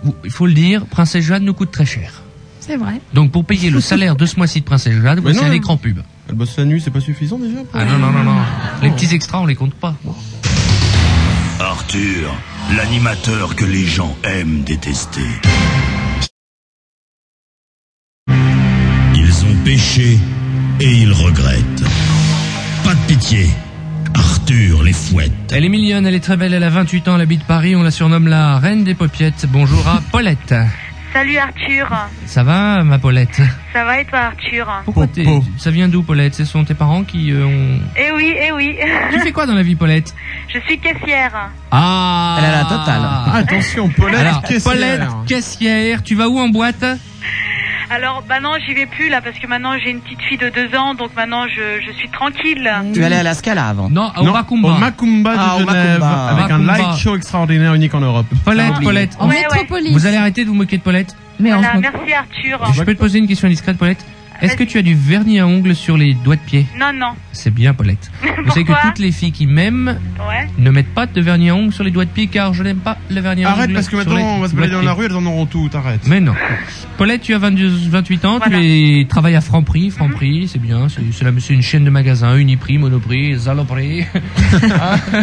vous- il faut le dire, Princesse Jeanne nous coûte très cher.
C'est vrai.
Donc pour payer le salaire de ce mois-ci de Princesse Jeanne,
Mais
voici
non.
un écran pub.
Elle bosse la nuit, c'est pas suffisant déjà pour-
Ah non, non, non, non. Les petits extras, on les compte pas.
Arthur, l'animateur que les gens aiment détester. Ils ont péché et ils regrettent. Pas de pitié. Arthur les fouette.
Elle est mignonne, elle est très belle, elle a 28 ans, elle habite Paris, on la surnomme la reine des popiettes. Bonjour à Paulette.
Salut Arthur.
Ça va, ma Paulette
Ça va et toi Arthur
Pourquoi t'es... Ça vient d'où, Paulette Ce sont tes parents qui euh, ont...
Eh oui, eh oui.
Tu fais quoi dans la vie, Paulette
Je suis caissière.
Ah
Elle a la totale.
Ah, Attention, Paulette,
Alors,
qu'est-ce qu'il y a
Paulette, caissière, tu vas où en boîte
Alors, bah non, j'y vais plus là parce que maintenant j'ai une petite fille de deux ans, donc maintenant je, je suis tranquille.
Tu allais à Alaska là avant.
Non, au
Non,
Macumba.
Au Macumba de
Ah, au
Genève,
Macumba.
avec un
Macumba.
light show extraordinaire unique en Europe.
Paulette,
oublié.
Paulette,
En
Ouais, ouais.
métropolis.
vous allez arrêter de vous moquer de Paulette
Mais on
Voilà,
se moque.
Ah,
merci Arthur.
Je peux te poser une question indiscrète, Paulette Est-ce que tu as du vernis à ongles sur les doigts de pied
Non, non.
C'est bien, Paulette. Vous savez que
Pourquoi
toutes les filles qui m'aiment
Ouais.
ne mettent pas de vernis à ongles sur les doigts de pied car je n'aime pas le vernis à ongles.
Arrête parce que
sur
maintenant
les
on va se
doigts de
balader dans la rue,
pied.
elles en auront toutes, arrête.
Mais non. Paulette, tu as 22 28 ans, tu es- travailles à Franprix. Franprix, c'est bien, c'est- c'est la- c'est une chaîne de magasins, Uniprix, Monoprix, Zaloprix. Hein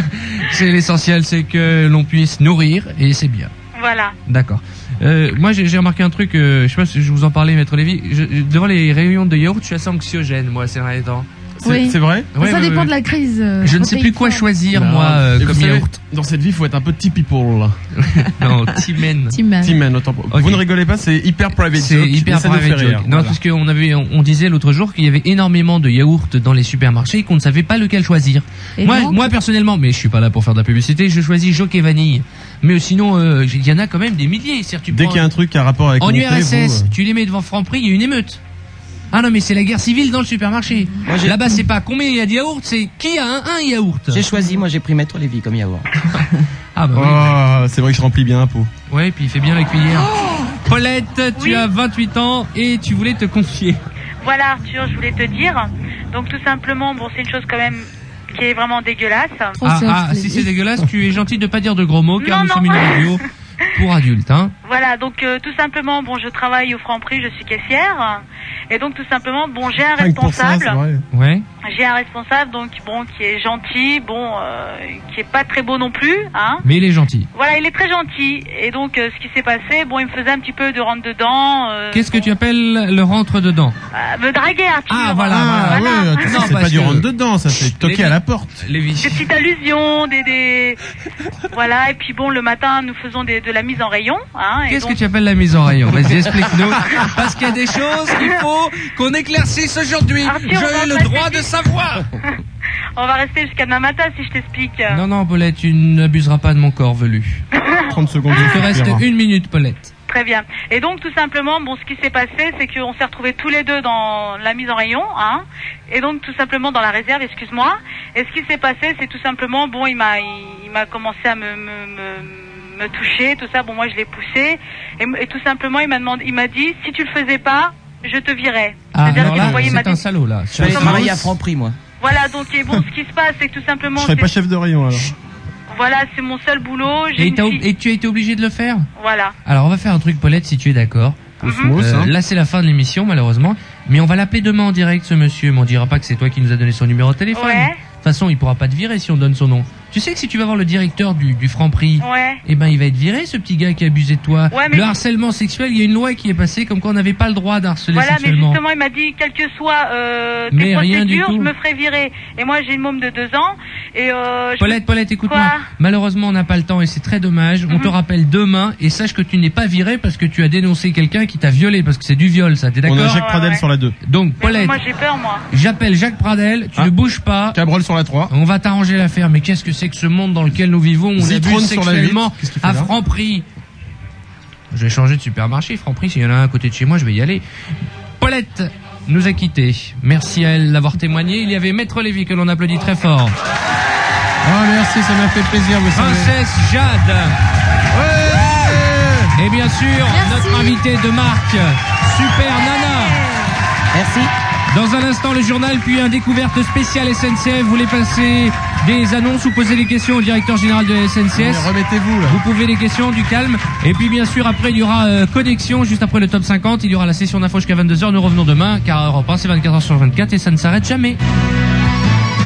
c'est l'essentiel, c'est que l'on puisse nourrir et c'est bien.
Voilà.
D'accord. Euh, moi, j'ai j'ai remarqué un truc, euh, je sais pas si je vous en parlais, Maître Lévy. Je- je- devant les réunions de yaourt, je suis assez anxiogène, moi, ces derniers temps.
Oui.
Ouais,
Ça
ouais,
dépend
ouais.
de la crise. euh,
Je ne sais plus quoi choisir, moi, euh,
Et vous
comme
savez,
yaourt.
Dans cette vie, il faut être un peu petit people. là.
Non, Timen.
Timen.
Timen, autant pour-
Ah Ok.
Vous ne rigolez pas, c'est hyper private
C'est
joke,
hyper
mais ça nous
private
fait rire,
joke. Non,
voilà.
parce qu'on avait, on, on disait l'autre jour qu'il y avait énormément de yaourts dans les supermarchés et qu'on ne savait pas lequel choisir.
Et
Moi,
donc
moi personnellement, mais je suis pas là pour faire de la publicité, je choisis Jock et Vanille. Mais sinon, euh, il y en a quand même des milliers. C'est-à-dire, tu
Dès
prends-
qu'il y a un truc qui a rapport avec
en
mon thé,
URSS,
vous, euh,
tu les mets devant Franprix, il y a une émeute. Ah non, mais c'est la guerre civile dans le supermarché. Là-bas, c'est pas combien il y a de yaourts, c'est qui a un, un yaourt.
J'ai choisi, moi j'ai pris Maître Lévy comme yaourt.
Ah bah
oh, c'est vrai que je remplis bien un pot.
Ouais, et puis il fait bien la cuillère.
Oh.
Paulette, tu as 28 ans et tu voulais te confier.
Voilà Arthur, je voulais te dire. Donc tout simplement, bon, c'est une chose quand même qui est vraiment dégueulasse.
Ah, ah, si c'est dégueulasse, tu es gentil de pas dire de gros mots car
Non,
nous
non.
sommes une radio pour adultes, hein.
Voilà, donc euh, tout simplement, bon, je travaille au Franprix, je suis caissière. Et donc tout simplement, bon, j'ai
Ah
Ah,
un responsable.
Ouais.
J'ai un responsable, donc bon, qui est gentil, bon, euh, qui est pas très beau non plus, hein.
Mais il est gentil.
Voilà, il est très gentil. Et donc, euh, ce qui s'est passé, bon, il me faisait un petit peu de rentre dedans. euh,
Qu'est-ce que tu appelles le rentre dedans
euh, me draguer, Arthur.
Ah voilà,
Ah
voilà.
ouais, attends,
Non,
c'est pas
parce
du
que-
rentre dedans, ça fait toquer à la porte.
Des petites allusions, des, des... voilà. Et puis bon, le matin, nous faisons des, de la mise en rayon. Hein, et
Qu'est-ce que
donc-
tu appelles la mise en rayon Vas-y, explique-nous. Parce qu'il y a des choses qu'il faut qu'on éclaircisse aujourd'hui.
Arthur, Ah, on va
Je ai le
passer
droit de savoir.
On va rester jusqu'à demain matin si je t'explique.
Non, non, Paulette, tu n'abuseras pas de mon corps velu.
30 secondes.
Ah.
Il te reste
suffira.
une minute, Paulette.
Très bien. Et donc tout simplement, bon, ce qui s'est passé, c'est qu'on s'est retrouvés tous les deux dans la mise en rayon, hein, et donc tout simplement dans la réserve, excuse-moi. Et ce qui s'est passé, c'est tout simplement, bon, il m'a, il, il m'a commencé à me, me, me, me toucher, tout ça. Bon, moi je l'ai poussé, et, m- et tout simplement, il m'a demandé, il m'a dit, si tu le faisais pas, je te virais.
Ah,
C'est-à-dire
alors
qu'il
là,
envoyait ma
c'est un
dé-
salaud, là.
Je vais
Comment-
travailler à Franprix, moi.
Voilà. Donc, et bon, ce qui se passe, c'est que tout
Je
simplement,
serais pas
c'est-
chef de rayon alors.
voilà, c'est mon seul boulot. J'ai
Et,
une
t'as-
fille-
et tu as été obligé de le faire
Voilà.
Alors on va faire un truc Paulette si tu es d'accord. Euh,
moi, ça.
là c'est la fin de l'émission malheureusement, mais on va l'appeler demain en direct ce monsieur, mais on dira pas que c'est toi qui nous a donné son numéro de téléphone.
Ouais.
De toute façon il pourra pas te virer si on donne son nom. Tu sais que si tu vas voir le directeur du, du Franprix,
Ouais.
eh ben il va être viré ce petit gars qui a abusé de toi.
Ouais, mais-
Le harcèlement sexuel, il y a une loi qui est passée comme quoi on n'avait pas le droit d'harceler
Voilà, mais
sexuellement.
justement, il m'a dit, quelle que soit euh, tes
Mais rien du
procédures,
tout.
je me ferai virer. Et moi, j'ai une môme de deux ans. Et, euh, je-
Paulette, Paulette, écoute-moi.
Quoi Mhm.
Malheureusement, on n'a pas le temps et c'est très dommage. On te rappelle demain et sache que tu n'es pas viré parce que tu as dénoncé quelqu'un qui t'a violé parce que c'est du viol, ça. T'es d'accord
On a Jacques Pradel sur la 2.
Donc,
Mais
Paulette,
Moi, j'ai peur, moi.
J'appelle Jacques Pradel,
Ah.
tu ne bouges pas.
Cabrol sur la 3.
On va t'arranger l'affaire, mais qu'est-ce que c'est que ce monde dans lequel nous vivons où On
Zitrone
abuse
sur la
sexuellement
huit, qu'est-ce qu'il fait
à
là
Franprix. Je vais changer de supermarché, Franprix, s'il y en a un à côté de chez moi, je vais y aller. Paulette nous a quittés. Merci à elle d'avoir témoigné. Il y avait Maître Lévy que l'on applaudit très fort.
Ah merci, ça m'a fait plaisir. vous savez.
Princesse Jade. Et bien sûr, notre invité de marque, Super Nana. Merci. Dans un instant, le journal, puis un découverte spéciale SNCF. Vous voulez passer des annonces ou poser des questions au directeur général de la SNCF
Mais remettez-vous, là.
Vous pouvez des questions, du calme. Et puis, bien sûr, après, il y aura euh, connexion. Juste après le top 50, il y aura la session d'info jusqu'à 22h. Nous revenons demain, car Europe 1, c'est 24h sur 24 et ça ne s'arrête jamais.